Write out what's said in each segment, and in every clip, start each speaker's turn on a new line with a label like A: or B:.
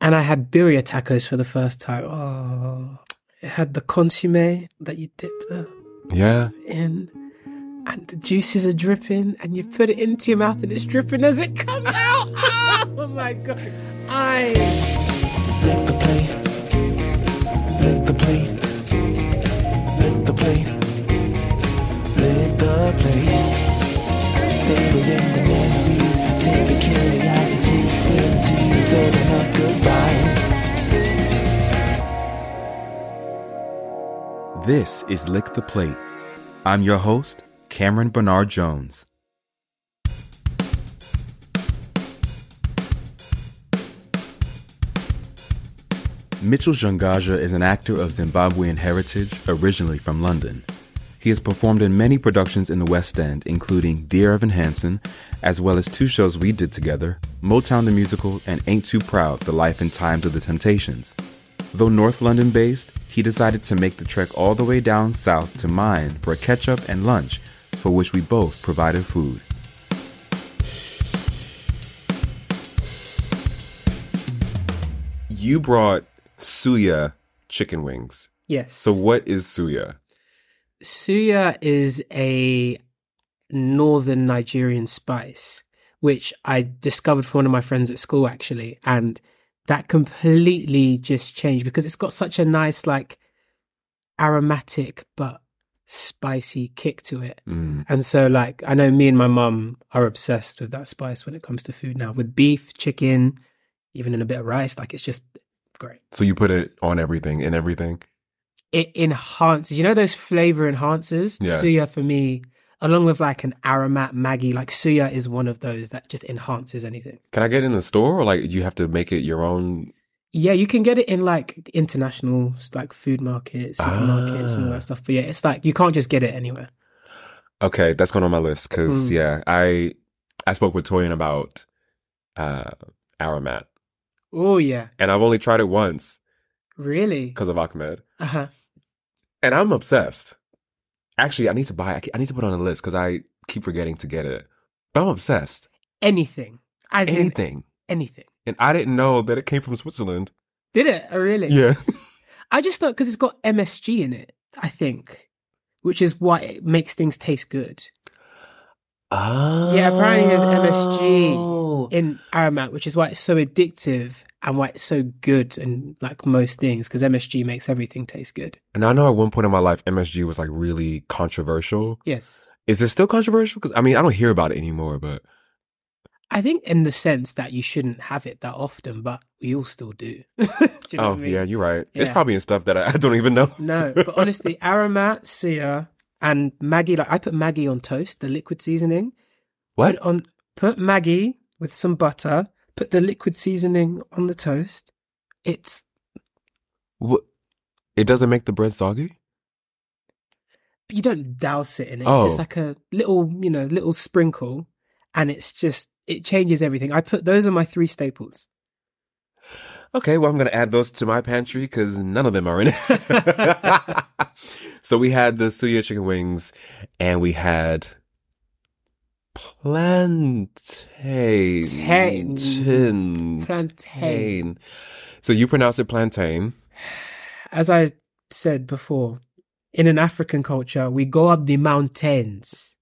A: and I had birria tacos for the first time. Oh, it had the consomme that you dip the
B: Yeah.
A: in, and the juices are dripping, and you put it into your mouth, and it's dripping as it comes out. oh my god! I
C: Let the play. Let the play. Let the play. Let the play. Savoring the memories, save the curiosity, spill the tea, serving up good vibes.
D: This is Lick the Plate. I'm your host, Cameron Bernard Jones. Mitchell Jangaja is an actor of Zimbabwean heritage, originally from London. He has performed in many productions in the West End, including Dear Evan Hansen, as well as two shows we did together Motown the Musical and Ain't Too Proud The Life and Times of the Temptations. Though North London based, he decided to make the trek all the way down south to mine for a catch up and lunch, for which we both provided food.
B: You brought Suya chicken wings.
A: yes.
B: So what is Suya?
A: Suya is a northern Nigerian spice, which I discovered from one of my friends at school actually, and that completely just changed because it's got such a nice like aromatic but spicy kick to it.
B: Mm.
A: And so like I know me and my mum are obsessed with that spice when it comes to food now with beef, chicken, even in a bit of rice, like it's just great.
B: So you put it on everything in everything.
A: it enhances. You know those flavor enhancers.
B: Yeah.
A: Suya for me, along with like an aromat Maggie, like suya is one of those that just enhances anything.
B: Can I get it in the store or like you have to make it your own?
A: Yeah, you can get it in like international like food markets, supermarkets, and all
B: Ah.
A: that stuff. But yeah, it's like you can't just get it anywhere.
B: Okay, that's going on my list because
A: Mm.
B: yeah, I I spoke with Toyin about uh Aramat,
A: Oh yeah,
B: and I've only tried it once
A: really?
B: because of Ahmed,
A: Uh huh.
B: and I'm obsessed. Actually, I need to buy. I ke- I need to put it on the list because I keep forgetting to get it, but I'm obsessed.
A: Anything, as in
B: Anything,
A: anything.
B: and I didn't know that it came from Switzerland.
A: Did it? Oh, really?
B: Yeah.
A: I just thought because it's got MSG in it, I think, which is why it makes things taste good.
B: Oh.
A: Yeah, apparently there's MSG in Aramat, which is why it's so addictive and why it's so good and like most things because MSG makes everything taste good.
B: And I know at one point in my life, MSG was like really controversial.
A: Yes.
B: Is it still controversial? Because I mean, I don't hear about it anymore, but
A: I think in the sense that you shouldn't have it that often, but we all still do. Do you know
B: oh
A: what I mean?
B: yeah, you're right. It's
A: Yeah.
B: probably in stuff that I, I don't even know.
A: No, but honestly, Aramat, Suya, and Maggie, like I put Maggie on toast, the liquid seasoning.
B: what?
A: Put on put Maggie with some butter, put the liquid seasoning on the toast. It's
B: Wh- It doesn't make the bread soggy.
A: you don't douse it in it.
B: Oh.
A: It's just like a little, you know, little sprinkle, and it's just it changes everything. I put those are my three staples.
B: Okay, well, I'm gonna add those to my pantry because none of them are in it. so we had the suya chicken wings, and we had plantain.
A: Tain.
B: Tin.
A: Plantain.
B: So you pronounce it plantain.
A: As I said before, in an African culture, we go up the mountains,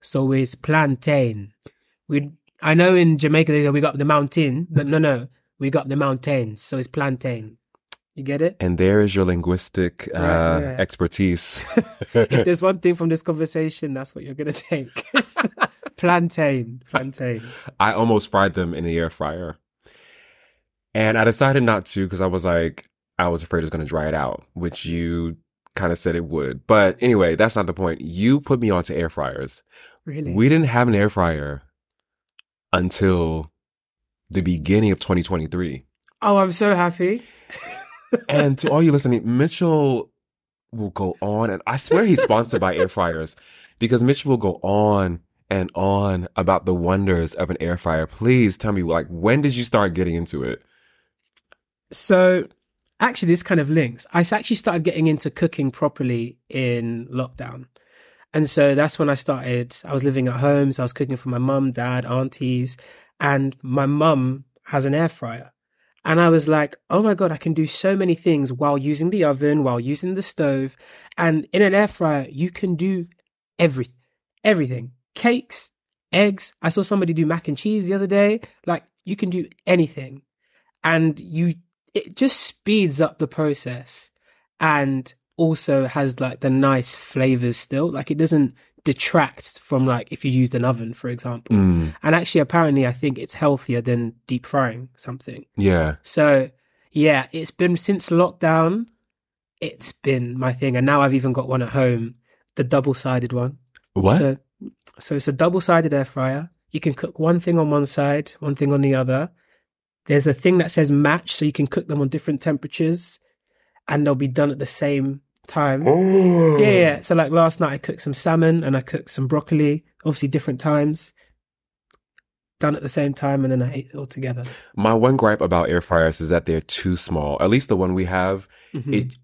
A: so it's plantain. We I know in Jamaica they go, we got the mountain, but no, no, we got the mountains, so it's plantain. You get it?
B: And there is your linguistic uh,
A: Right, yeah.
B: expertise.
A: If there's one thing from this conversation, that's what you're gonna take. plantain, plantain.
B: I almost fried them in the air fryer. And I decided not to because I was like, I was afraid it was going to dry it out, which you kind of said it would. But anyway, that's not the point. You put me onto air fryers.
A: Really?
B: We didn't have an air fryer until the beginning of 2023.
A: Oh, I'm so happy.
B: and to all you listening, Mitchell will go on, and I swear he's sponsored by air fryers because Mitchell will go on and on about the wonders of an air fryer. Please tell me, like, when did you start getting into it?
A: So, actually, this kind of links. I s- actually started getting into cooking properly in lockdown. And so that's when I started. I was living at home, so I was cooking for my mum, dad, aunties, and my mum has an air fryer. And I was like, oh my God, I can do so many things while using the oven, while using the stove. And in an air fryer, you can do everything, everything cakes, eggs. I saw somebody do mac and cheese the other day. Like, you can do anything. And you, it just speeds up the process and also has like the nice flavors still. Like, it doesn't detract from like if you used an oven, for example.
B: Mm,
A: And actually, apparently, I think it's healthier than deep frying something.
B: yeah.
A: So, yeah, it's been since lockdown, it's been my thing. And now I've even got one at home, the double sided one.
B: What?
A: So, so it's a double sided air fryer. You can cook one thing on one side, one thing on the other. There's a thing that says match, so you can cook them on different temperatures and they'll be done at the same time. Yeah, yeah. So like last night I cooked some salmon and I cooked some broccoli, obviously different times. Done at the same time and then I ate it all together.
B: My one gripe about air fryers is that they're too small. At least the one we have,
A: Mhm.
B: it.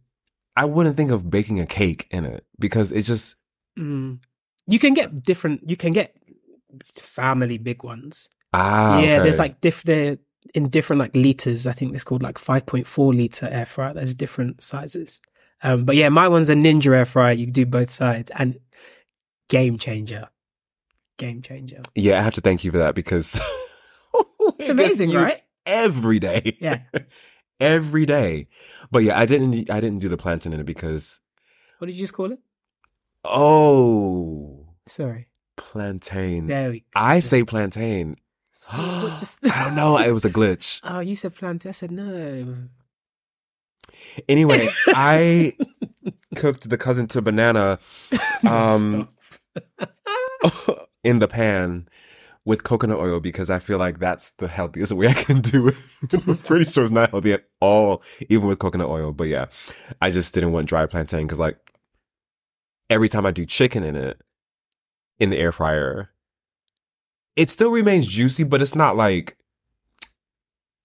B: I wouldn't think of baking a cake in it because it just
A: Mm. You can get different. You can get family big ones.
B: ah
A: yeah,
B: okay.
A: there's like diff they're in different like liters. I think it's called like 5.4 liter air fryer. There's different sizes. Um, but yeah, my one's a Ninja air fryer. You do both sides and game changer, game changer.
B: yeah. I have to thank you for that because
A: It's amazing, right?
B: Every day,
A: Yeah.
B: every day. But yeah, I didn't. I didn't do the plantain in it because
A: What did you just call it?
B: oh
A: Sorry.
B: plantain.
A: There we go.
B: I say plantain.
A: What just-
B: Ah, I don't know. It was a glitch.
A: Oh, you said plantain. I said no.
B: Anyway, I cooked the cousin to banana um, in the pan with coconut oil because I feel like that's the healthiest way I can do it. I'm pretty sure it's not healthy at all, even with coconut oil. But yeah, I just didn't want dry plantain because, like, every time I do chicken in it in the air fryer, it still remains juicy, but it's not like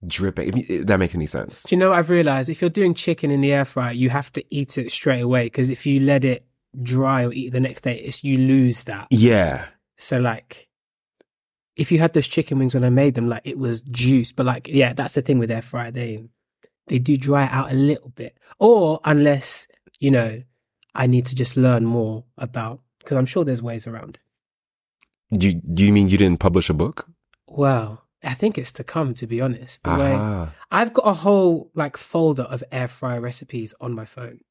B: dripping. If you- eh, that makes any sense.
A: Do you know what I've realized? If you're doing chicken in the air fryer, you have to eat it straight away because if you let it dry or eat it the next day, it's you lose that.
B: Yeah.
A: So like, if you had those chicken wings when I made them, like it was juice. But like, yeah, that's the thing with air fryer. They they do dry it out a little bit, or unless you know, I need to just learn more about because I'm sure there's ways around. it.
B: You, you mean you didn't publish a book?
A: Well, I think it's to come. To be honest, the way.
B: Aha.
A: I've got a whole like folder of air fryer recipes on my phone.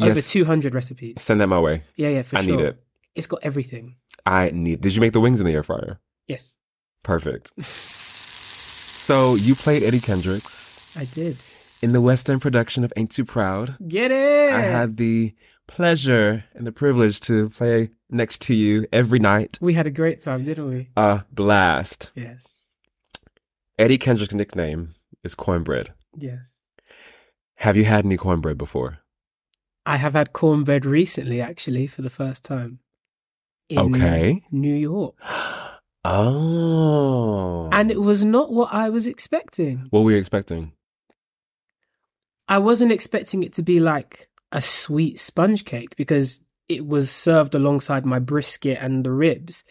A: Over
B: Yes.
A: 200 recipes.
B: Send that my way.
A: Yeah, yeah, for
B: I
A: sure.
B: need it.
A: It's got everything.
B: I need. Did you make the wings in the air fryer?
A: Yes,
B: Perfect. So you played Eddie Kendricks
A: I did.
B: in the West End production of Ain't Too Proud.
A: Get it.
B: I had the pleasure and the privilege to play next to you every night.
A: we had a great time, didn't we?
B: A blast.
A: Yes.
B: Eddie Kendrick's nickname is Cornbread.
A: Yes.
B: Have you had any cornbread before?
A: I have had cornbread recently actually for the first time. In
B: Okay.
A: New York.
B: Oh.
A: And it was not what I was expecting.
B: what were you expecting?
A: I wasn't expecting it to be like a sweet sponge cake because it was served alongside my brisket and the ribs.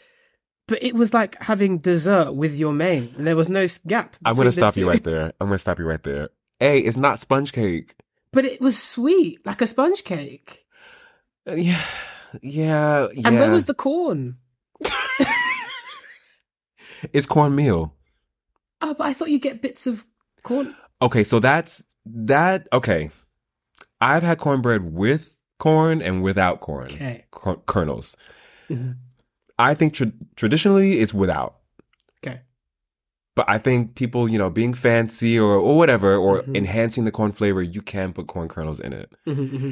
A: But it was like having dessert with your main, and there was no s- gap.
B: I'm going to
A: between the
B: stop you
A: two.
B: right there. I'm going to stop you right there. Hey, it's not sponge cake.
A: But it was sweet, like a sponge cake.
B: Uh, Yeah. Yeah. yeah.
A: And where was the corn?
B: It's cornmeal.
A: Oh, but I thought you get bits of corn.
B: Okay, so that's that. Okay, I've had cornbread with corn and without corn
A: Okay.
B: cor- kernels.
A: Mhm.
B: I think tra- traditionally it's without,
A: Okay.
B: but I think people, you know, being fancy or or whatever, or
A: Mhm.
B: enhancing the corn flavor, you can put corn kernels in it.
A: Mm-hmm,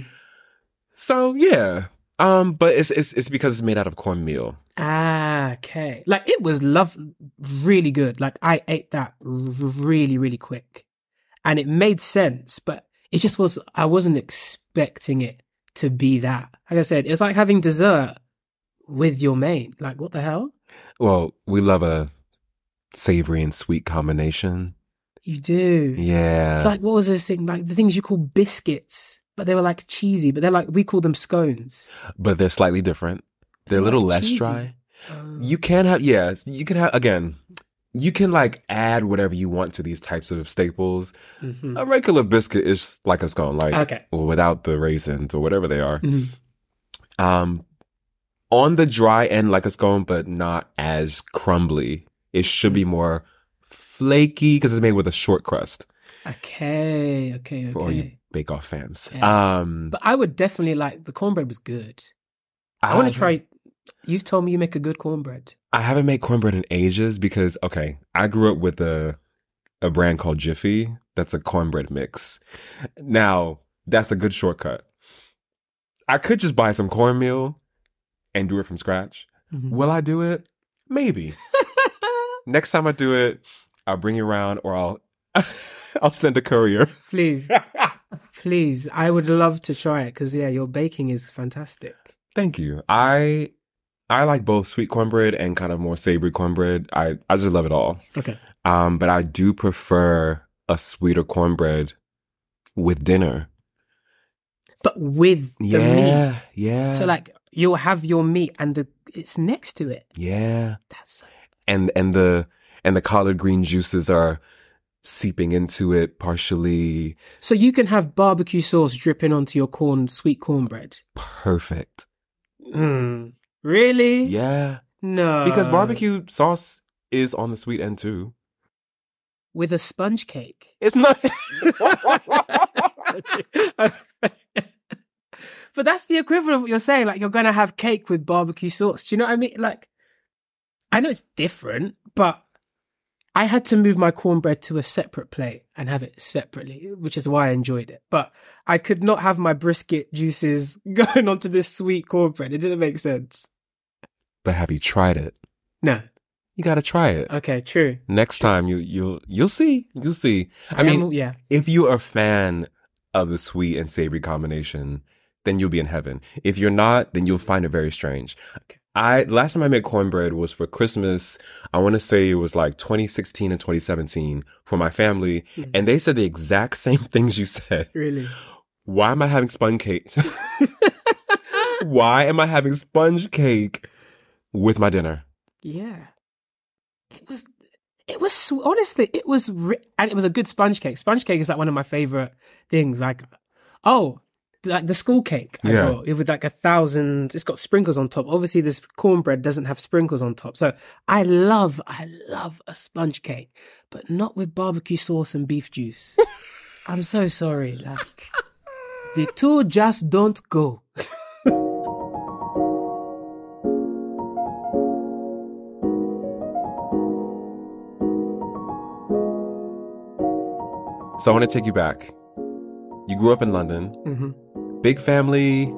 B: So yeah, um, but it's it's it's because it's made out of cornmeal.
A: Ah, okay. Like it was love, really good. Like I ate that r- really, really quick, and it made sense. But it just was. I wasn't expecting it to be that. Like I said, it's like having dessert with your main. Like what the hell?
B: Well, we love a savory and sweet combination.
A: You do.
B: Yeah,
A: Like what was this thing? Like the things you call biscuits, but they were like cheesy. But they're like we call them scones.
B: but they're slightly different. They're a little
A: Like
B: less
A: cheesy.
B: dry.
A: Um,
B: You can have, yes, you can have, again, you can like add whatever you want to these types of staples.
A: Oh. Mm-hmm.
B: A regular biscuit is like a scone, like
A: Okay.
B: without the raisins or whatever they are.
A: Mm-hmm.
B: Um, on the dry end, like a scone, but not as crumbly. It should
A: Mm.
B: be more flaky because it's made with a short crust
A: Okay, okay, okay.
B: for all you Bake Off fans. Um,
A: But I would definitely like the cornbread was good. I,
B: Um,
A: want to try. You've told me you make a good cornbread.
B: I haven't made cornbread in ages because okay, I grew up with a a brand called Jiffy. That's a cornbread mix. Now that's a good shortcut. I could just buy some cornmeal and do it from scratch.
A: Mm-hmm.
B: Will I do it? Maybe. Next time I do it, I'll bring you around, or I'll I'll send a courier.
A: Please, please. I would love to try it because yeah, your baking is fantastic.
B: Thank you. I I like both sweet cornbread and kind of more savory cornbread. I I just love it all.
A: Okay.
B: Um, but I do prefer a sweeter cornbread with dinner.
A: But with the meat,
B: yeah, yeah.
A: so like you'll have your meat and the it's next to it.
B: yeah,
A: That's so
B: and and the and the collard green juices are seeping into it partially.
A: So you can have barbecue sauce dripping onto your corn, sweet cornbread.
B: Perfect.
A: Mm. Really?
B: Yeah,
A: No.
B: because barbecue sauce is on the sweet end too.
A: with a sponge cake.
B: It's not.
A: but that's the equivalent of what you're saying. Like you're gonna have cake with barbecue sauce. Do you know what I mean? Like, I know it's different, but I had to move my cornbread to a separate plate and have it separately, which is why I enjoyed it. But I could not have my brisket juices going onto this sweet cornbread. It didn't make sense.
B: but have you tried it?
A: No.
B: You gotta try it.
A: Okay. True.
B: Next time you you'll you'll see you'll see. I,
A: am-
B: mean,
A: yeah.
B: if you are a fan of the sweet and savory combination, then you'll be in heaven. If you're not, then you'll find it very strange. I last time I made cornbread was for Christmas. I want to say it was like 2016 and 2017 for my family, and they said the exact same things you said.
A: Really.
B: Why am I having sponge cake? Why am I having sponge cake with my dinner?
A: Yeah. It was, it was, sw- honestly, it was, ri- and it was a good sponge cake. Sponge cake is like one of my favorite things. Like, oh, like the school cake. I
B: Yeah.
A: bought. It was like a thousand, it's got sprinkles on top. Obviously, this cornbread doesn't have sprinkles on top. So I love, I love a sponge cake, but not with barbecue sauce and beef juice. I'm so sorry. Like, the two just don't go.
B: So I want to take you back. You grew up in London,
A: hmm
B: big family,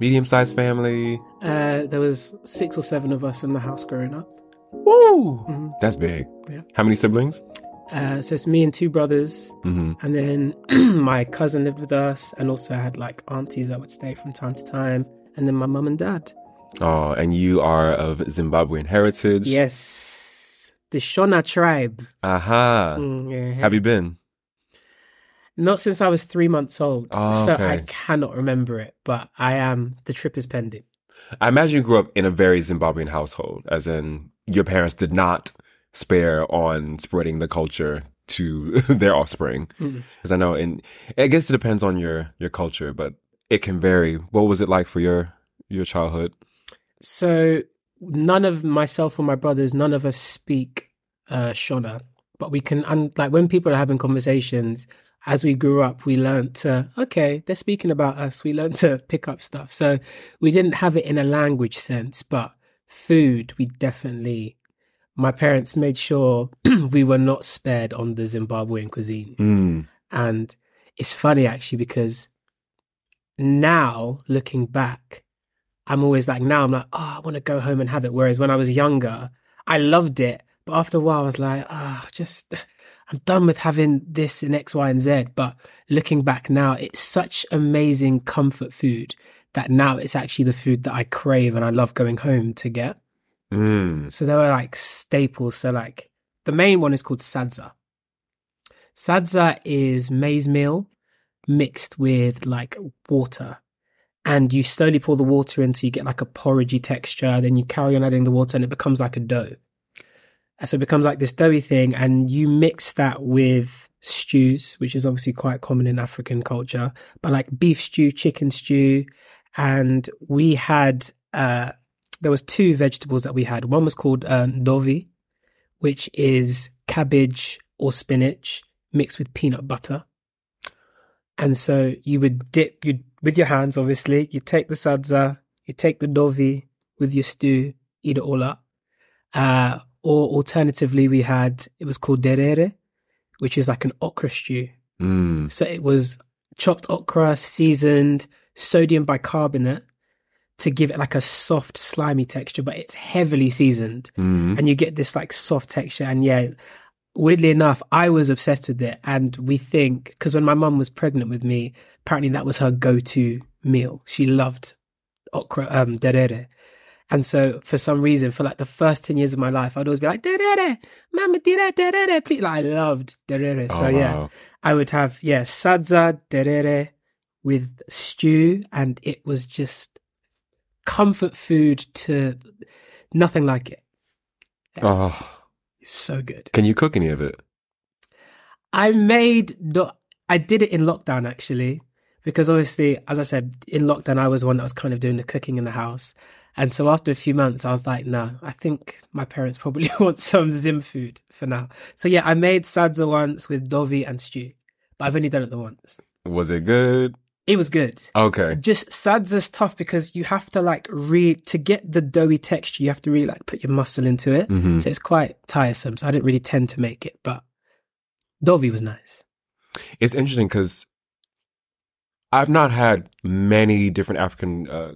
B: medium sized family.
A: Uh, there was six or seven of us in the house growing up.
B: Woo! That's big.
A: Mm-hmm. Yeah.
B: How many siblings?
A: Uh, so it's me and two brothers,
B: Mm-hmm.
A: and then my cousin lived with us, and also I had like aunties that would stay from time to time, and then my mum and dad.
B: Oh, and you are of Zimbabwean heritage.
A: Yes, the Shona tribe.
B: Aha.
A: Mm, yeah.
B: Uh, Have you been?
A: Not since I was three months old,
B: Oh,
A: so
B: okay.
A: I cannot remember it. But I am. The trip is pending.
B: I imagine you grew up in a very Zimbabwean household, as in your parents did not spare on spreading the culture to their offspring.
A: Mm-hmm.
B: Because I know, and I guess it depends on your your culture, but it can vary. What was it like for your your childhood?
A: So none of myself or my brothers, none of us speak uh, Shona, but we can un- like when people are having conversations. As we grew up, we learnt to okay, they're speaking about us. We learnt to pick up stuff. So we didn't have it in a language sense, but food, we definitely. My parents made sure we were not spared on the Zimbabwean cuisine.
B: Mm.
A: And it's funny actually because now looking back, I'm always like, now I'm like, oh, I want to go home and have it. Whereas when I was younger, I loved it. But after a while, I was like, oh, just, I'm done with having this and X, Y, and Z. But looking back now, it's such amazing comfort food that now it's actually the food that I crave and I love going home to get.
B: Mm.
A: So there were like staples. So like the main one is called sadza. Sadza is maize meal mixed with like water. And you slowly pour the water in until you get like a porridgey texture. Then you carry on adding the water and it becomes like a dough. And so it becomes like this doughy thing. And you mix that with stews, which is obviously quite common in African culture, but like beef stew, chicken stew. And we had, uh, there was two vegetables that we had. One was called uh, ndovi, which is cabbage or spinach mixed with peanut butter. And so you would dip you with your hands, obviously. You take the sadza, you take the dovi with your stew, eat it all up. Uh, or alternatively, we had it was called derere, which is like an okra stew.
B: Mm.
A: So it was chopped okra, seasoned, sodium bicarbonate to give it like a soft, slimy texture, but it's heavily seasoned
B: Mm.
A: and you get this like soft texture. And yeah, weirdly enough, I was obsessed with it. And we think because when my mum was pregnant with me, apparently that was her go-to meal. She loved okra um, derere. And so, for some reason, for like the first ten years of my life, I'd always be like derere, mama dira derere, please. Like, I loved derere. so
B: Oh,
A: yeah,
B: wow.
A: I would have yeah sadza derere with stew, and it was just comfort food to nothing like it.
B: Oh,
A: It's so good.
B: can you cook any of it?
A: I made the. I did it in lockdown actually, because obviously, as I said, in lockdown I was the one that was kind of doing the cooking in the house, and so after a few months I was like, no, I think my parents probably want some Zim food for now. So yeah, I made sadza once with dovi and stew, but I've only done it the once.
B: Was it good?
A: It was good.
B: Okay.
A: Just sadza's tough because you have to like re to get the doughy texture. You have to really like put your muscle into it, so it's quite tiresome. So I didn't really tend to make it, but dovi was nice.
B: It's interesting because I've not had many different African uh,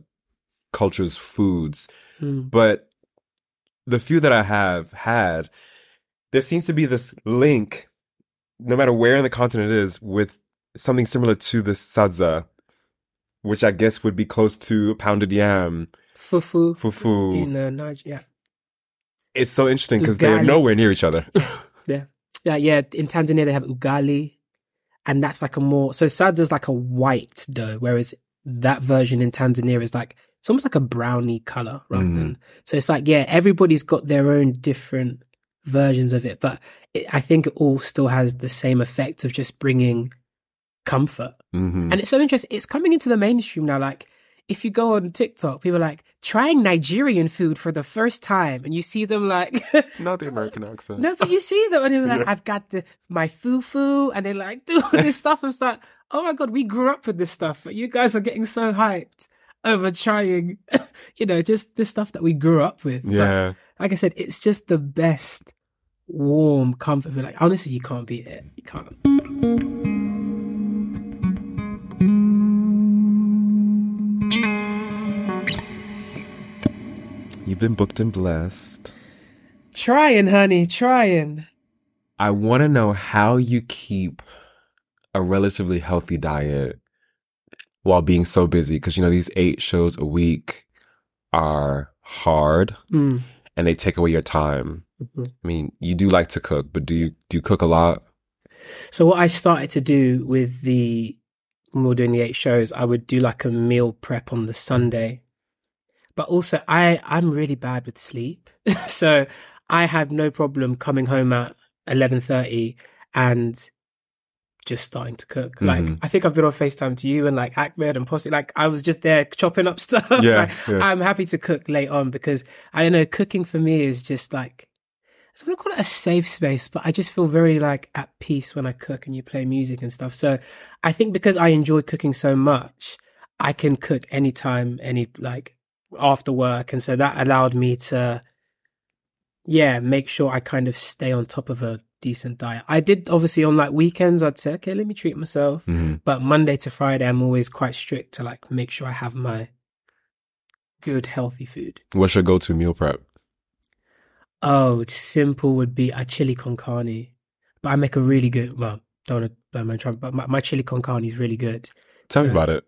B: cultures' foods,
A: Mm.
B: but the few that I have had, there seems to be this link, no matter where in the continent it is, with something similar to the sadza, which I guess would be close to pounded yam,
A: fufu,
B: fufu.
A: in uh, Nigeria.
B: It's so interesting because they're
A: Ugali.
B: nowhere near each other.
A: Yeah. yeah, yeah. In Tanzania they have ugali, and that's like a more so sadza is like a white dough, whereas that version in Tanzania is like it's almost like a brownie color rather than. So it's like yeah, everybody's got their own different versions of it, but it, I think it all still has the same effect of just bringing comfort.
B: hmm
A: And it's so interesting. It's coming into the mainstream now. Like, if you go on TikTok, people are like trying Nigerian food for the first time, and you see them like,
B: Not the American accent.
A: no, but you see them, and they're like, I've got the my fufu, and they like do all this stuff. I'm just like, oh my god, we grew up with this stuff, but you guys are getting so hyped over trying, you know, just this stuff that we grew up with. But
B: Yeah.
A: like I said, it's just the best warm comfort food. Like, honestly, you can't beat it. You can't.
B: You've been booked and blessed.
A: Trying, honey, trying.
B: I want to know how you keep a relatively healthy diet while being so busy. Cause you know, these eight shows a week are hard
A: Mm.
B: and they take away your time.
A: Mhm.
B: I mean, you do like to cook, but do you, do you cook a lot?
A: So what I started to do with the when we were doing the eight shows, I would do like a meal prep on the Sunday. But also I I'm really bad with sleep. so I have no problem coming home at eleven thirty and just starting to cook. Like
B: Mhm.
A: I think I've been on FaceTime to you and like Ahmed and Posse. Like I was just there chopping up stuff.
B: Yeah,
A: Like,
B: yeah.
A: I'm happy to cook late on because I don't know cooking for me is just like I don't call it a safe space, but I just feel very like at peace when I cook and you play music and stuff. So I think because I enjoy cooking so much, I can cook anytime, any like after work. And so that allowed me to, yeah, make sure I kind of stay on top of a decent diet. I did obviously on like weekends, I'd say, okay, let me treat myself.
B: Mhm.
A: But Monday to Friday, I'm always quite strict to like make sure I have my good, healthy food.
B: What's your go to meal prep?
A: Oh, simple would be a chili con carne. But I make a really good, well, don't want to burn my trumpet, but my, my chili con carne is really good.
B: Tell me
A: So-
B: about it.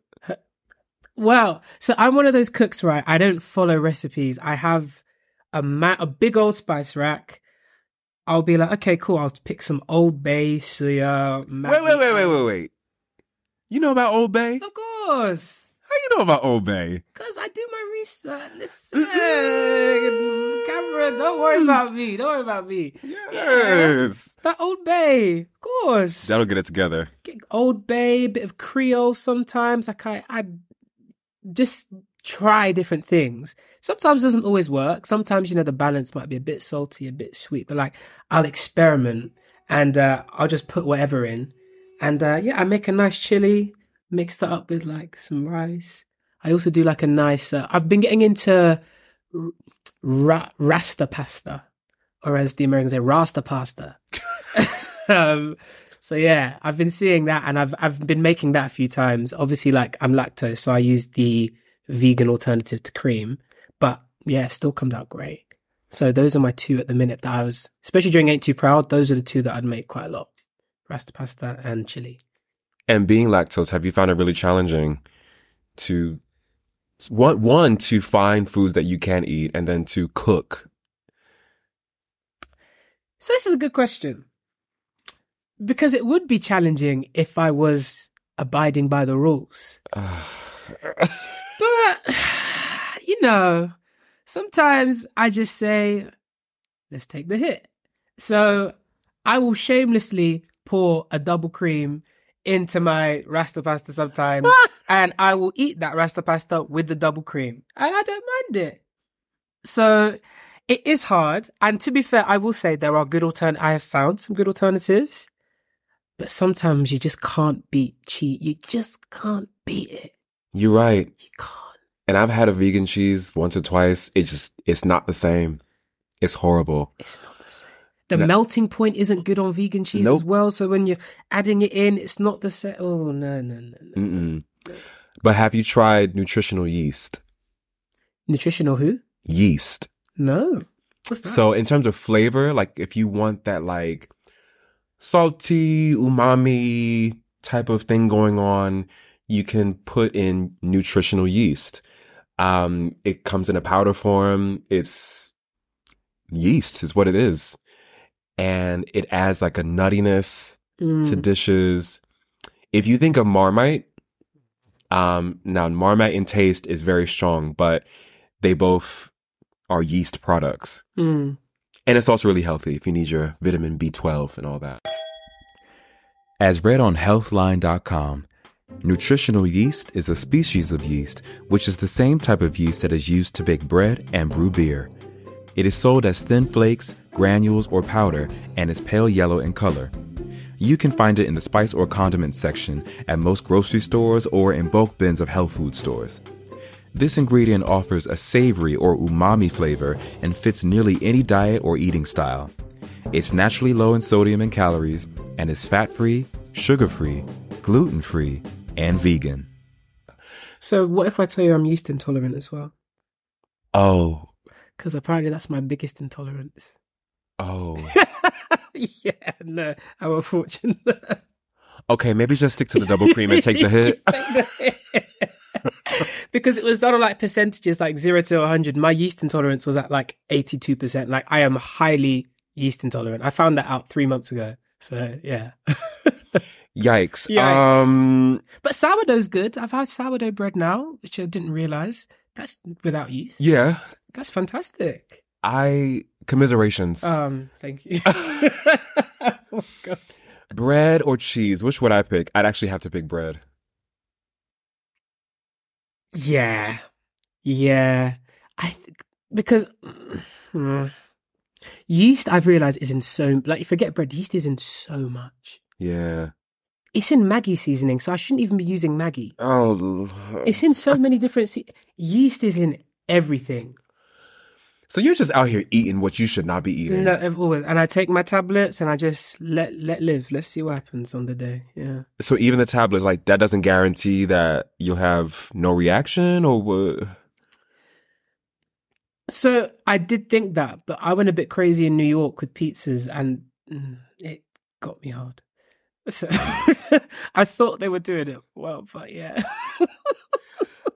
A: Well, so I'm one of those cooks, right? I don't follow recipes. I have a ma- a big old spice rack. I'll be like, okay, cool. I'll pick some Old Bay, soya.
D: Wait, wait, wait, wait, wait, wait. You know about Old Bay?
A: Of course.
D: How you know about Old Bay?
A: Because I do my research. Listen, camera. Don't worry about me. Don't worry about me.
D: Yes.
A: That Old Bay, of course.
D: That'll get it together.
A: Get Old Bay, a bit of Creole sometimes. Like I, I just try different things. Sometimes doesn't always work. Sometimes you know the balance might be a bit salty, a bit sweet. But like I'll experiment and uh, I'll just put whatever in, and uh, yeah, I make a nice chili, mix that up with like some rice. I also do like a nice. Uh, I've been getting into ra- rasta pasta, or as the Americans say, rasta pasta. um, so yeah, I've been seeing that, and I've I've been making that a few times. Obviously, like I'm lactose, so I use the vegan alternative to cream, but yeah, it still comes out great. So those are my two at the minute that I was, especially during Ain't Too Proud. Those are the two that I'd make quite a lot: rasta pasta and chili.
B: And being lactose, have you found it really challenging to one one to find foods that you can eat and then to cook?
A: So this is a good question. Because it would be challenging if I was abiding by the rules. but you know, sometimes I just say, let's take the hit. So I will shamelessly pour a double cream into my rasta pasta sometimes and I will eat that rasta pasta with the double cream. And I don't mind it. So it is hard. And to be fair, I will say there are good altern. I have found some good alternatives, but sometimes you just can't beat cheat. You just can't beat it.
B: You're right.
A: You can't.
B: And I've had a vegan cheese once or twice. It's just it's not the same. It's horrible.
A: It's not the same. The melting point isn't good on vegan cheese as
B: Nope.
A: well. So when you're adding it in, it's not the same. Oh no no no. no.
B: Mm-mm. But have you tried nutritional yeast?
A: Nutritional who?
B: Yeast.
A: No. What's that?
B: So in terms of flavor, like if you want that like salty umami type of thing going on, you can put in nutritional yeast. Um, it comes in a powder form. It's yeast is what it is. And it adds like a nuttiness
A: Mm.
B: to dishes. If you think of Marmite, um, now Marmite in taste is very strong, but they both are yeast products.
A: Mm.
B: And it's also really healthy if you need your vitamin B12 and all that.
D: As read on healthline.com, nutritional yeast is a species of yeast which is the same type of yeast that is used to bake bread and brew beer. It is sold as thin flakes, granules, or powder and is pale yellow in color. You can find it in the spice or condiment section at most grocery stores or in bulk bins of health food stores. This ingredient offers a savory or umami flavor and fits nearly any diet or eating style. It's naturally low in sodium and calories and is fat free, sugar free, gluten free, and vegan.
A: So what if I tell you I'm yeast intolerant as well?
B: Oh,
A: Because apparently that's my biggest intolerance.
B: oh.
A: yeah, no, I'm unfortunate.
B: Okay, maybe just stick to the double cream and take the hit.
A: because it was done on like percentages, like zero to 100. My yeast intolerance was at like 82%. Like I am highly yeast intolerant. I found that out three months ago. So yeah.
B: Yikes.
A: Yikes.
B: Um,
A: But sourdough's good. I've had sourdough bread now, which I didn't realize. That's without yeast.
B: yeah,
A: That's fantastic.
B: I commiserations.
D: Uh.
A: Um, thank you. oh God.
B: bread or cheese? Which would I pick? I'd actually have to pick bread.
A: Yeah. Yeah. I th- because mm, yeast I've realized is in so like forget bread yeast is in so much.
B: Yeah.
A: It's in Maggie seasoning, so I shouldn't even be using Maggie.
B: Oh.
A: It's in so many different se- yeast is in everything.
B: So you're just out here eating what you should not be eating.
A: No, ev- always. And I take my tablets and I just let let live. Let's see what happens on the day. Yeah.
B: So even the tablets, like that doesn't guarantee that you'll have no reaction or what?
A: So I did think that, but I went a bit crazy in New York with pizzas, and mm, it got me hard. So I thought they were doing it well, but yeah.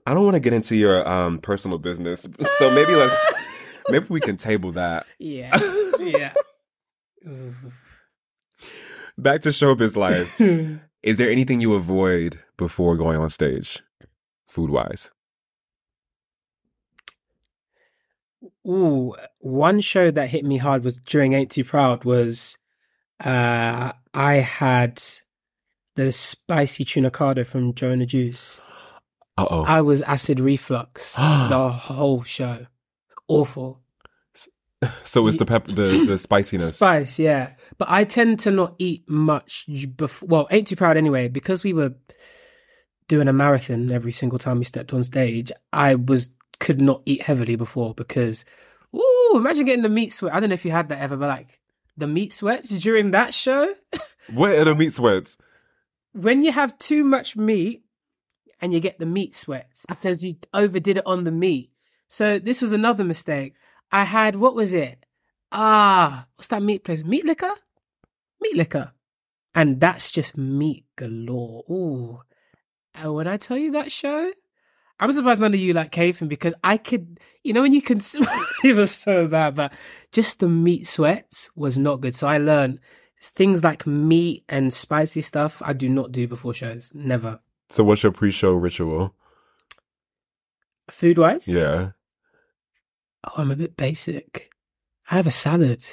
B: I don't want to get into your um personal business, so maybe let's maybe we can table that.
A: yeah, yeah. Ooh.
B: Back to showbiz life. Is there anything you avoid before going on stage, food wise?
A: Ooh, one show that hit me hard was during Ain't Too Proud was uh I had the spicy tuna cardo from Jonah Juice.
B: Uh oh.
A: I was acid reflux the whole show. Awful.
B: so it's the pep, the the spiciness.
A: Spice, yeah. But I tend to not eat much before. Well, ain't too proud anyway. Because we were doing a marathon every single time we stepped on stage, I was could not eat heavily before because, ooh, imagine getting the meat sweat. I don't know if you had that ever, but like the meat sweats during that show.
B: Where are the meat sweats?
A: when you have too much meat and you get the meat sweats because you overdid it on the meat. So this was another mistake. I had what was it? Ah, what's that meat place? Meat liquor? Meat liquor. And that's just meat galore. Ooh. And when I tell you that show, I'm surprised none of you like caving because I could, you know, when you can, it was so bad, but just the meat sweats was not good. So I learned things like meat and spicy stuff I do not do before shows. Never.
B: So what's your pre-show ritual?
A: Food wise?
B: Yeah.
A: Oh, I'm a bit basic. I have a salad.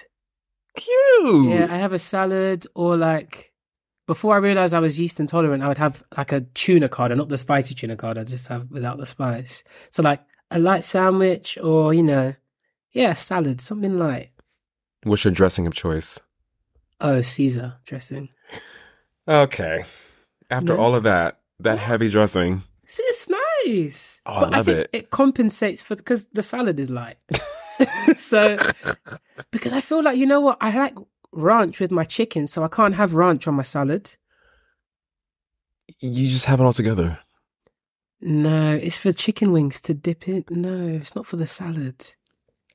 B: Cute.
A: Yeah, I have a salad or like before I realized I was yeast intolerant, I would have like a tuna card, not the spicy tuna card. I just have without the spice. So like a light sandwich or you know, yeah, salad, something light.
B: What's your dressing of choice?
A: Oh, Caesar dressing.
B: Okay. After
A: Yeah.
B: all of that, that heavy dressing.
A: See, it's nice.
B: Oh, I
A: but I
B: love
A: think
B: it.
A: It compensates for because the salad is light. so because I feel like you know what I like ranch with my chicken, so I can't have ranch on my salad.
B: You just have it all together.
A: No, it's for chicken wings to dip it. No, it's not for the salad.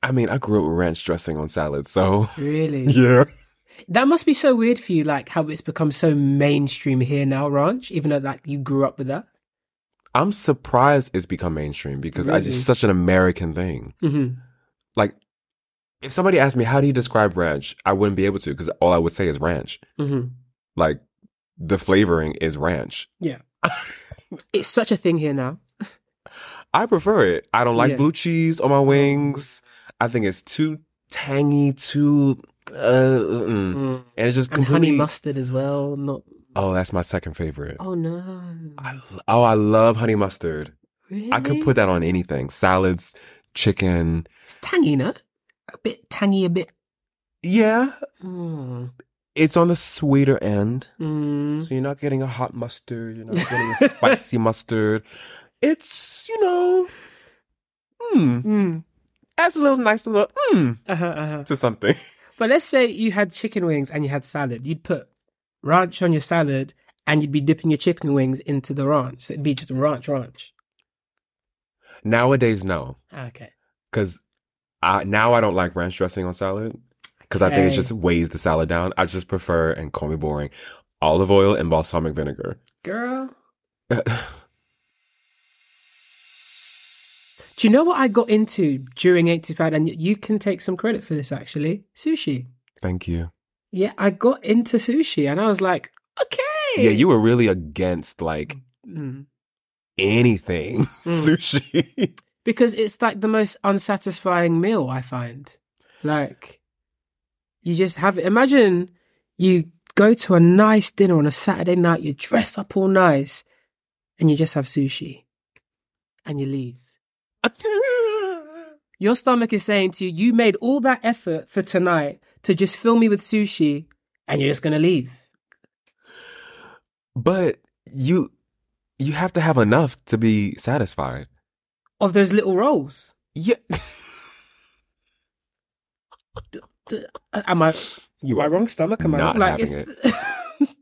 B: I mean, I grew up with ranch dressing on salad, so
A: Really,
B: yeah.
A: that must be so weird for you. Like how it's become so mainstream here now, ranch. Even though like you grew up with that.
B: I'm surprised it's become mainstream because I
A: Really?
B: just such an American thing.
A: Mm-hmm.
B: Like, if somebody asked me how do you describe ranch, I wouldn't be able to because all I would say is ranch.
A: Mm-hmm.
B: Like, the flavoring is ranch.
A: Yeah, it's such a thing here now.
B: I prefer it. I don't like
A: Yeah.
B: blue cheese on my wings. I think it's too tangy, too. Uh, mm. And it's just
A: And honey
B: completely.
A: mustard as well. Not.
B: oh, that's my second favorite.
A: Oh no.
B: I l- oh, I love honey mustard.
A: Really?
B: I could put that on anything: salads, chicken.
A: It's tangy, no? A bit tangy, a bit.
B: Yeah, Hmm.
A: Mm.
B: it's on the sweeter end.
A: Mm.
B: So you're not getting a hot mustard. You're not getting a spicy mustard. It's you know, hmm,
A: Mm.
B: adds a little nice little hmm
A: Uh-huh, uh-huh.
B: to something.
A: But let's say you had chicken wings and you had salad. You'd put ranch on your salad and you'd be dipping your chicken wings into the ranch. So it'd be just ranch, ranch.
B: Nowadays, no,
A: Okay.
B: because I now I don't like ranch dressing on salad because I think it
A: Okay.
B: just weighs the salad down. I just prefer and call me boring, olive oil and balsamic vinegar.
A: Girl. Do you know what I got into during 85? And you can take some credit for this actually. Sushi.
B: Thank you.
A: Yeah, I got into sushi and I was like, okay.
B: Yeah, you were really against like
A: Mm.
B: anything
A: Hmm.
B: sushi.
A: because it's like the most unsatisfying meal I find. Like, you just have imagine you go to a nice dinner on a Saturday night, you dress up all nice, and you just have sushi, and you leave. Your stomach is saying to you, you made all that effort for tonight to just fill me with sushi, and you're just gonna leave.
B: but you you have to have enough to be satisfied.
A: Of those little rolls,
B: Yeah.
A: Th- am I?
B: You
A: am I wrong stomach? Am I
B: not
A: wrong? like?
B: having
A: It's,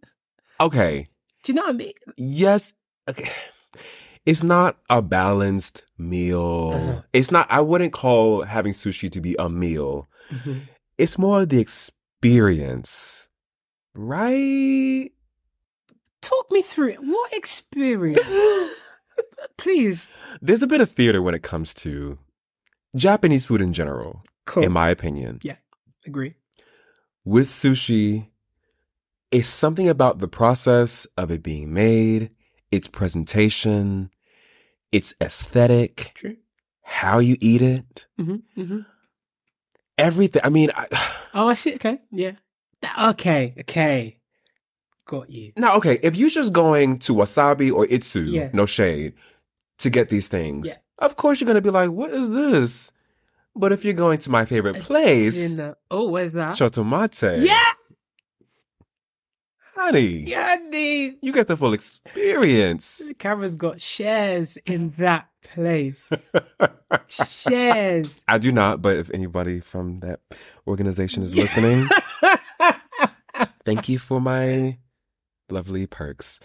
B: Okay.
A: do you know what I mean?
B: Yes. Okay. It's not a balanced meal. It's not I wouldn't call having sushi to be a meal. It's more the experience. Right?
A: Talk me through it. What experience? Please.
B: There's a bit of theater when it comes to Japanese food in general,
A: Cool.
B: in my opinion.
A: Yeah, agree.
B: with sushi it's something about the process of it being made, its presentation, its aesthetic.
A: True.
B: how you eat it,
A: Mm-hmm, mm-hmm.
B: everything. I mean, I,
A: Oh, I see. Okay, yeah. That- Okay, okay. Got you.
B: now okay, if you're just going to Wasabi or Itsu,
A: Yeah.
B: no shade, to get these things,
A: Yeah.
B: of course you're gonna be like, what is this? But if you're going to my favorite place,
A: In the- oh, where's that?
B: Chotomate,
A: Yeah,
B: honey,
A: yeah. The,
B: you get the full experience.
A: the camera's got shares in that place. shares.
B: I do not, but if anybody from that organization is listening,
A: Um,
B: thank you for my lovely perks.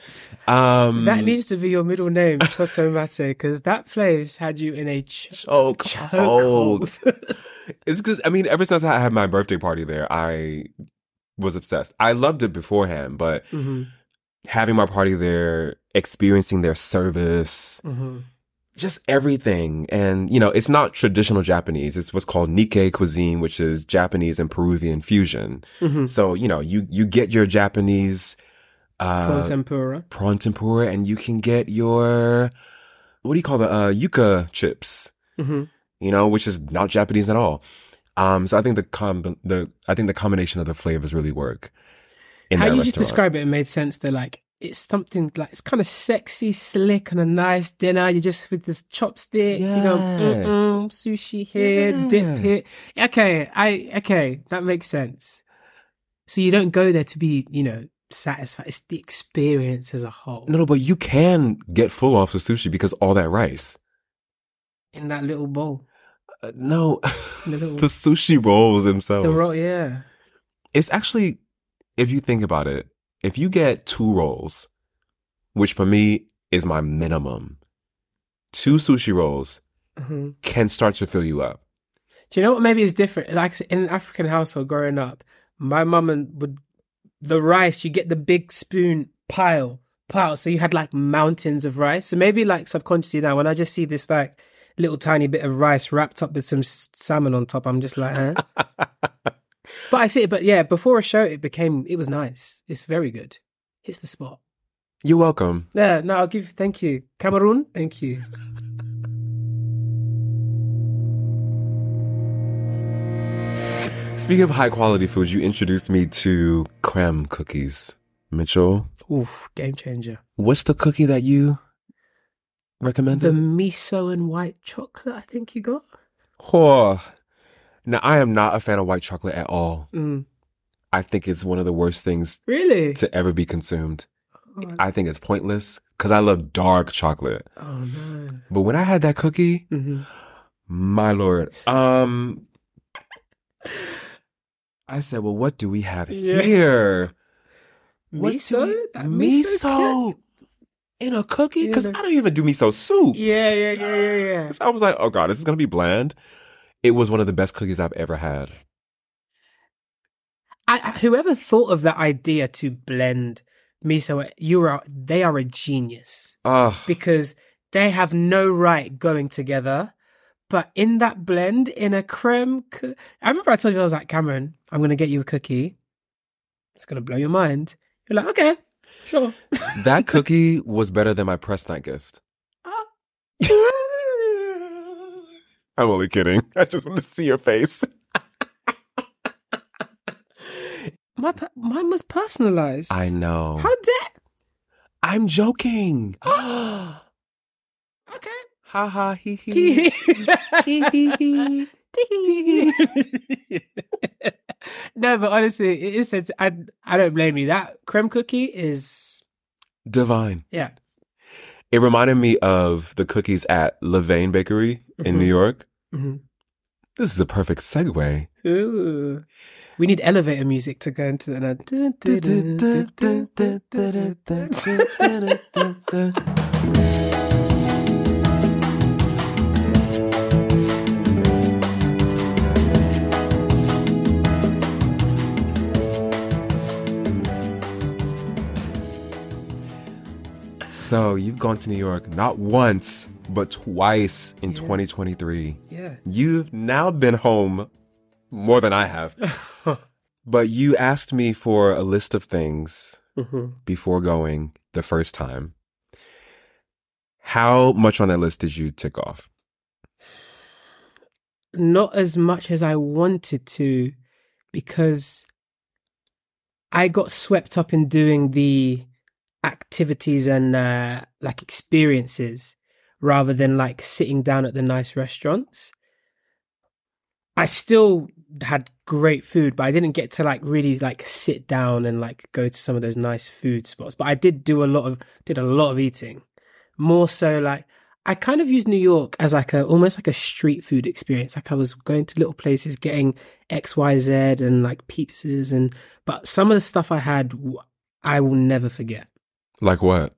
B: Um
A: That needs to be your middle name, Choto Mate, because that place had you in a ch-
B: choke hold.
A: chokehold.
B: It's because I mean, ever since I had my birthday party there, I was obsessed. I loved it beforehand, but
A: Mhm,
B: having my party there, experiencing their service,
A: mhm.
B: just everything. And, you know, it's not traditional Japanese. It's what's called Nikkei cuisine, which is Japanese and Peruvian fusion.
A: Mhm.
B: Mm-hmm. So, you know, you, you get your Japanese,
A: Prawn
B: uh,
A: tempura.
B: prawn tempura and you can get your, what do you call the, uh, yuca chips,
A: Mhm.
B: you know, which is not Japanese at all. Um, so I think the com, the, I think the combination of the flavors really work. In
A: How
B: that
A: you just
B: restaurant.
A: describe it, it made sense. They're like, it's something like it's kind of sexy, slick, and a nice dinner. You're just with the chopsticks, you know,
B: Yeah.
A: mm-mm, sushi here, dip
B: Yeah.
A: here. Okay, I okay, that makes sense. So you don't go there to be, you know, satisfied. It's the experience as a whole.
B: No, no, but you can get full off the sushi because all that rice.
A: In that little bowl,
B: Uh, no,
A: The little-
B: the sushi rolls themselves.
A: the roll, yeah.
B: it's actually, if you think about it, if you get two rolls, which for me is my minimum, two sushi rolls
A: Mhm.
B: can start to fill you up.
A: Do you know what maybe is different? Like I said, in an African household growing up, my mum and would the rice, you get the big spoon pile, pile. So you had like mountains of rice. So maybe like subconsciously now, when I just see this like little tiny bit of rice wrapped up with some s- salmon on top, I'm just like, huh? but I see it. But yeah, before a show, it became, it was nice. It's very good. Hits the spot.
B: You're welcome.
A: Yeah, no, I'll give, thank you. Cameroon, thank you.
B: Speaking of high quality foods, you introduced me to creme cookies. Mitchell,
A: Oof, game changer.
B: what's the cookie that you
A: The
B: recommended?
A: miso and white chocolate, I think you got.
B: oh. Now, I am not a fan of white chocolate at all.
A: Mm.
B: I think it's one of the worst things
A: Really?
B: to ever be consumed.
A: Oh,
B: I think it's pointless because I love dark chocolate.
A: oh, no.
B: But when I had that cookie,
A: hmm
B: my lord, um, I said, "Well, what do we have
A: Yeah.
B: here? What
A: Miso?
B: do we-
A: That
B: miso,
A: kit?
B: in a cookie? Because
A: In a-
B: I don't even do miso soup."
A: Yeah, yeah, yeah, yeah, yeah.
B: So I was like, "Oh god, this is gonna be bland." It was one of the best cookies I've ever had.
A: I, I- whoever thought of that idea to blend miso, you are they are a genius
B: Ah,
A: because they have no right going together. But in that blend, in a creme, coo- I remember I told you I was like, Cameron, I'm gonna get you a cookie. It's gonna blow your mind. You're like, okay, sure.
B: that cookie was better than my press night gift.
A: Ah.
B: I'm only kidding. I just want to see your face.
A: Uh, My per- mine was personalized.
B: I know.
A: How dare?
B: I'm joking. ha
A: Okay.
B: ha hee hee.
A: no, but honestly, it is. sensi- I I don't blame you. That creme cookie is
B: Divine.
A: yeah.
B: It reminded me of the cookies at Levain Bakery in
A: Mhm.
B: New York.
A: Mhm.
B: This is a perfect segue.
A: Ooh. We need elevator music to go into the.
B: so you've gone to New York not once, but twice in 2023.
A: Yeah.
B: You've now been home more than I have.
A: Mm-hmm.
B: but you asked me for a list of things before going the first time. How much on that list did you tick off?
A: not as much as I wanted to because I got swept up in doing the activities and uh, like experiences rather than like sitting down at the nice restaurants. I still had great food, but I didn't get to like really like sit down and like go to some of those nice food spots. But I did do a lot of did a lot of eating. More so like I kind of used New York as like a almost like a street food experience. Like I was going to little places getting XYZ and like pizzas and but some of the stuff I had w- I will never forget.
B: Like what?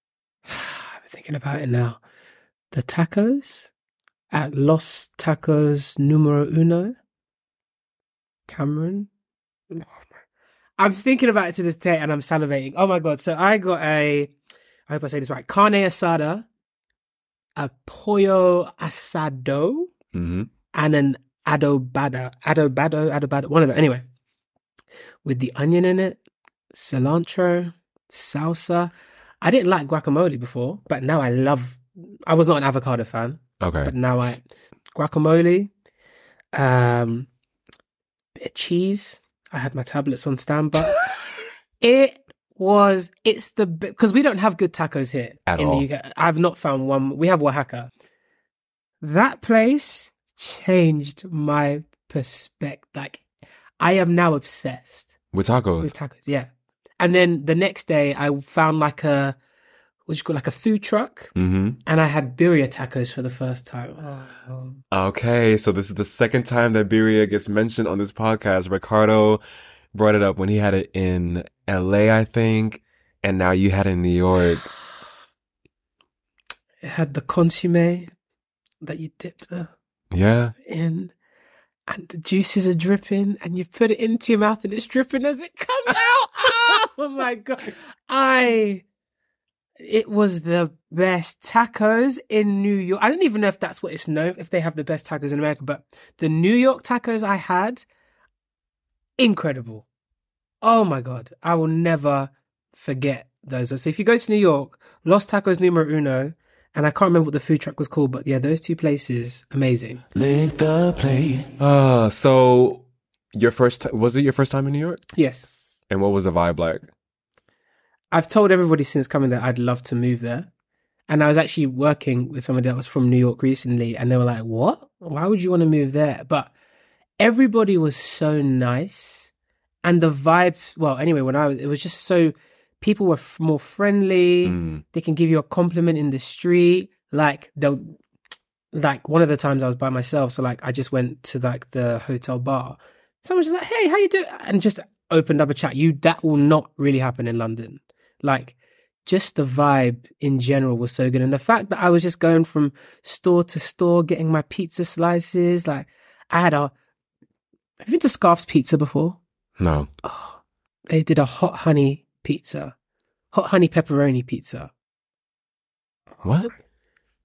A: I'm thinking about it now. The tacos at Los Tacos Numero Uno. Cameron. I'm thinking about it to this day and I'm salivating. Oh my god. So I got a I hope I say this right. Carne asada, a pollo asado,
B: Mm-hmm.
A: and an adobado, adobado, adobado, one of them. Anyway, with the onion in it, cilantro, salsa. I didn't like guacamole before, but now I love. I was not an avocado fan,
B: Okay.
A: but now I guacamole, um, bit of cheese. I had my tablets on standby. it was it's the because we don't have good tacos here
B: At
A: in
B: all.
A: the UK. I've not found one. We have Oaxaca. That place changed my perspective. Like I am now obsessed
B: With tacos.
A: with tacos. Yeah, and then the next day I found like a what's it called like a food truck
B: mm-hmm.
A: and I had birria tacos for the first time. Oh.
B: um, Okay, so this is the second time that birria gets mentioned on this podcast. Ricardo brought it up when he had it in LA, I think, and now you had it in New York.
A: It had the consomme that you dip the
B: Yeah.
A: in, and the juices are dripping, and you put it into your mouth, and it's dripping as it comes out. oh my god! I. It was the best tacos in New York. I don't even know if that's what it's known if they have the best tacos in America, but the New York tacos I had, incredible. Oh my god! I will never forget those. So if you go to New York, Los Tacos Numero Uno, and I can't remember what the food truck was called, but yeah, those two places, amazing.
C: Lick the plate.
B: Uh, so your first ti- was it your first time in New York?
A: Yes.
B: And what was the vibe like?
A: I've told everybody since coming that I'd love to move there. And I was actually working with somebody that was from New York recently, and they were like, What? Why would you want to move there? But everybody was so nice. And the vibes, well, anyway, when I was, it was just so, people were f- more friendly.
B: Mm.
A: They can give you a compliment in the street. Like, they'll, like one of the times I was by myself, so like I just went to like the hotel bar. Someone's just like, "Hey, how you doing?" and just opened up a chat. You that will not really happen in London. Like, just the vibe in general was so good, and the fact that I was just going from store to store getting my pizza slices. Like, I had a. Have you been to Scarf's Pizza before?
B: No.
A: They did a hot honey pizza, hot honey pepperoni pizza.
B: What?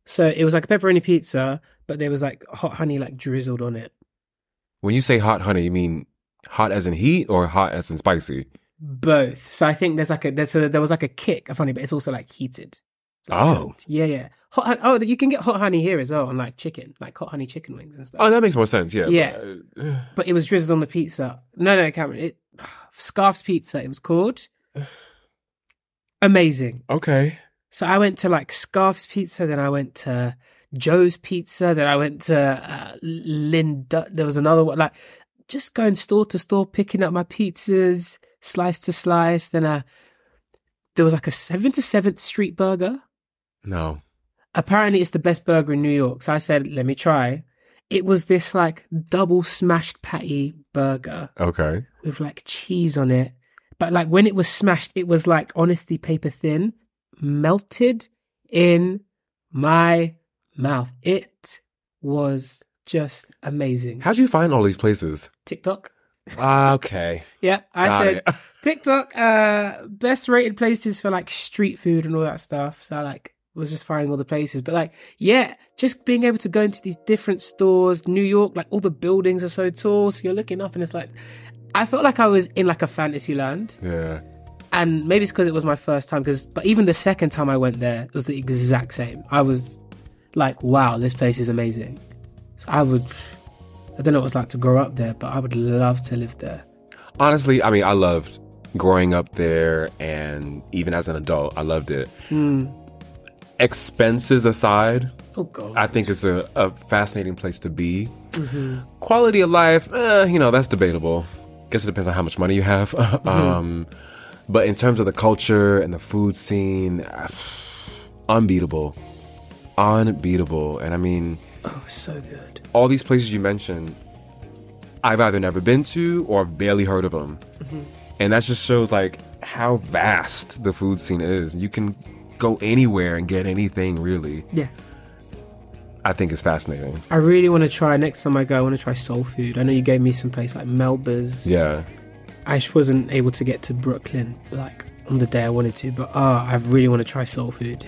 A: So it was like a pepperoni pizza, but there was like hot honey like drizzled on it.
B: When you say hot honey, you mean hot as in heat or hot as in spicy?
A: both. So I think there's like a there's a there was like a kick of honey, but it's also like heated. It's like
B: Oh.
A: cooked. yeah, yeah. Hot hon- oh, you can get hot honey here as well on like chicken, like hot honey chicken wings and stuff.
B: Oh, that makes more sense. Yeah.
A: Yeah.
B: But, uh,
A: But it was drizzled on the pizza. No, no, Cameron. It scarf's pizza. It was called. Amazing.
B: okay.
A: So I went to like Scarf's Pizza, then I went to Joe's Pizza, then I went to uh, Linda. There was another one, like just going store to store, picking up my pizzas, slice to slice. Then I, there was like a seventh to seventh Street Burger.
B: No.
A: Apparently, it's the best burger in New York. So I said, let me try. It was this like double smashed patty burger
B: Okay.
A: with like cheese on it. But like when it was smashed, it was like honestly paper thin, melted in my mouth. It was just amazing.
B: How'd you find all these places?
A: TikTok.
B: Ah, okay.
A: Yeah, I
B: Got
A: said
B: it.
A: TikTok, uh, best rated places for like street food and all that stuff. So I like was just finding all the places. But like, yeah, just being able to go into these different stores, New York, like all the buildings are so tall. So you're looking up and it's like, I felt like I was in like a fantasy land.
B: Yeah.
A: and maybe it's because it was my first time because but even the second time i went there it was the exact same i was like wow this place is amazing So I would, I don't know what it's like to grow up there, but I would love to live there.
B: Honestly, I mean, I loved growing up there, and even as an adult, I loved it.
A: Hmm.
B: Expenses aside,
A: Oh God,
B: I think it's a, a fascinating place to be. Quality of life, eh, you know, that's debatable. Guess it depends on how much money you have. um, but in terms of the culture and the food scene, ah, unbeatable, unbeatable. And I mean,
A: oh so good.
B: all these places you mentioned, I've either never been to or I've barely heard of them. And that just shows like how vast the food scene is. You can go anywhere and get anything really.
A: Yeah,
B: I think it's fascinating.
A: I really want to try next time I go. I want to try soul food. I know you gave me some place like Melba's.
B: Yeah.
A: I just wasn't able to get to Brooklyn like on the day I wanted to, but ah, I really want to try soul food.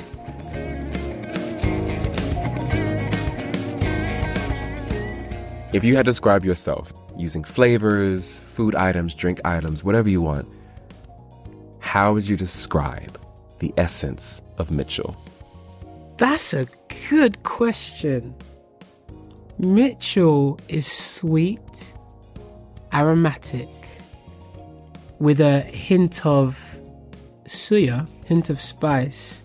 B: If you had to describe yourself using flavors, food items, drink items, whatever you want, how would you describe the essence of Mitchell?
A: That's a good question. Mitchell is sweet, aromatic, with a hint of suya, hint of spice,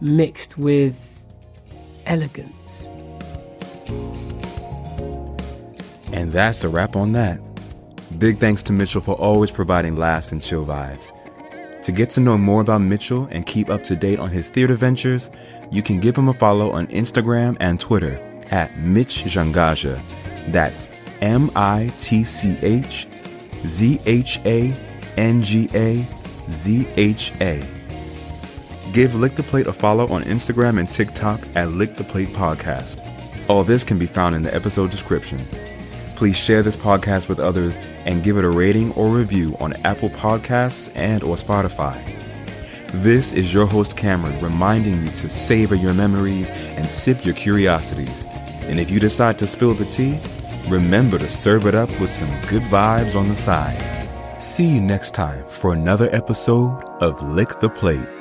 A: mixed with elegance.
D: And that's a wrap on that. Big thanks to Mitchell for always providing laughs and chill vibes. To get to know more about Mitchell and keep up to date on his theater ventures, you can give him a follow on Instagram and Twitter at Mitch Jangaja. That's M I T C H Z H A N G A Z H A. Give Lick the Plate a follow on Instagram and TikTok at Lick the Plate Podcast. All this can be found in the episode description. Please share this podcast with others and give it a rating or review on Apple Podcasts and or Spotify. This is your host Cameron reminding you to savor your memories and sip your curiosities. And if you decide to spill the tea, remember to serve it up with some good vibes on the side. See you next time for another episode of Lick the Plate.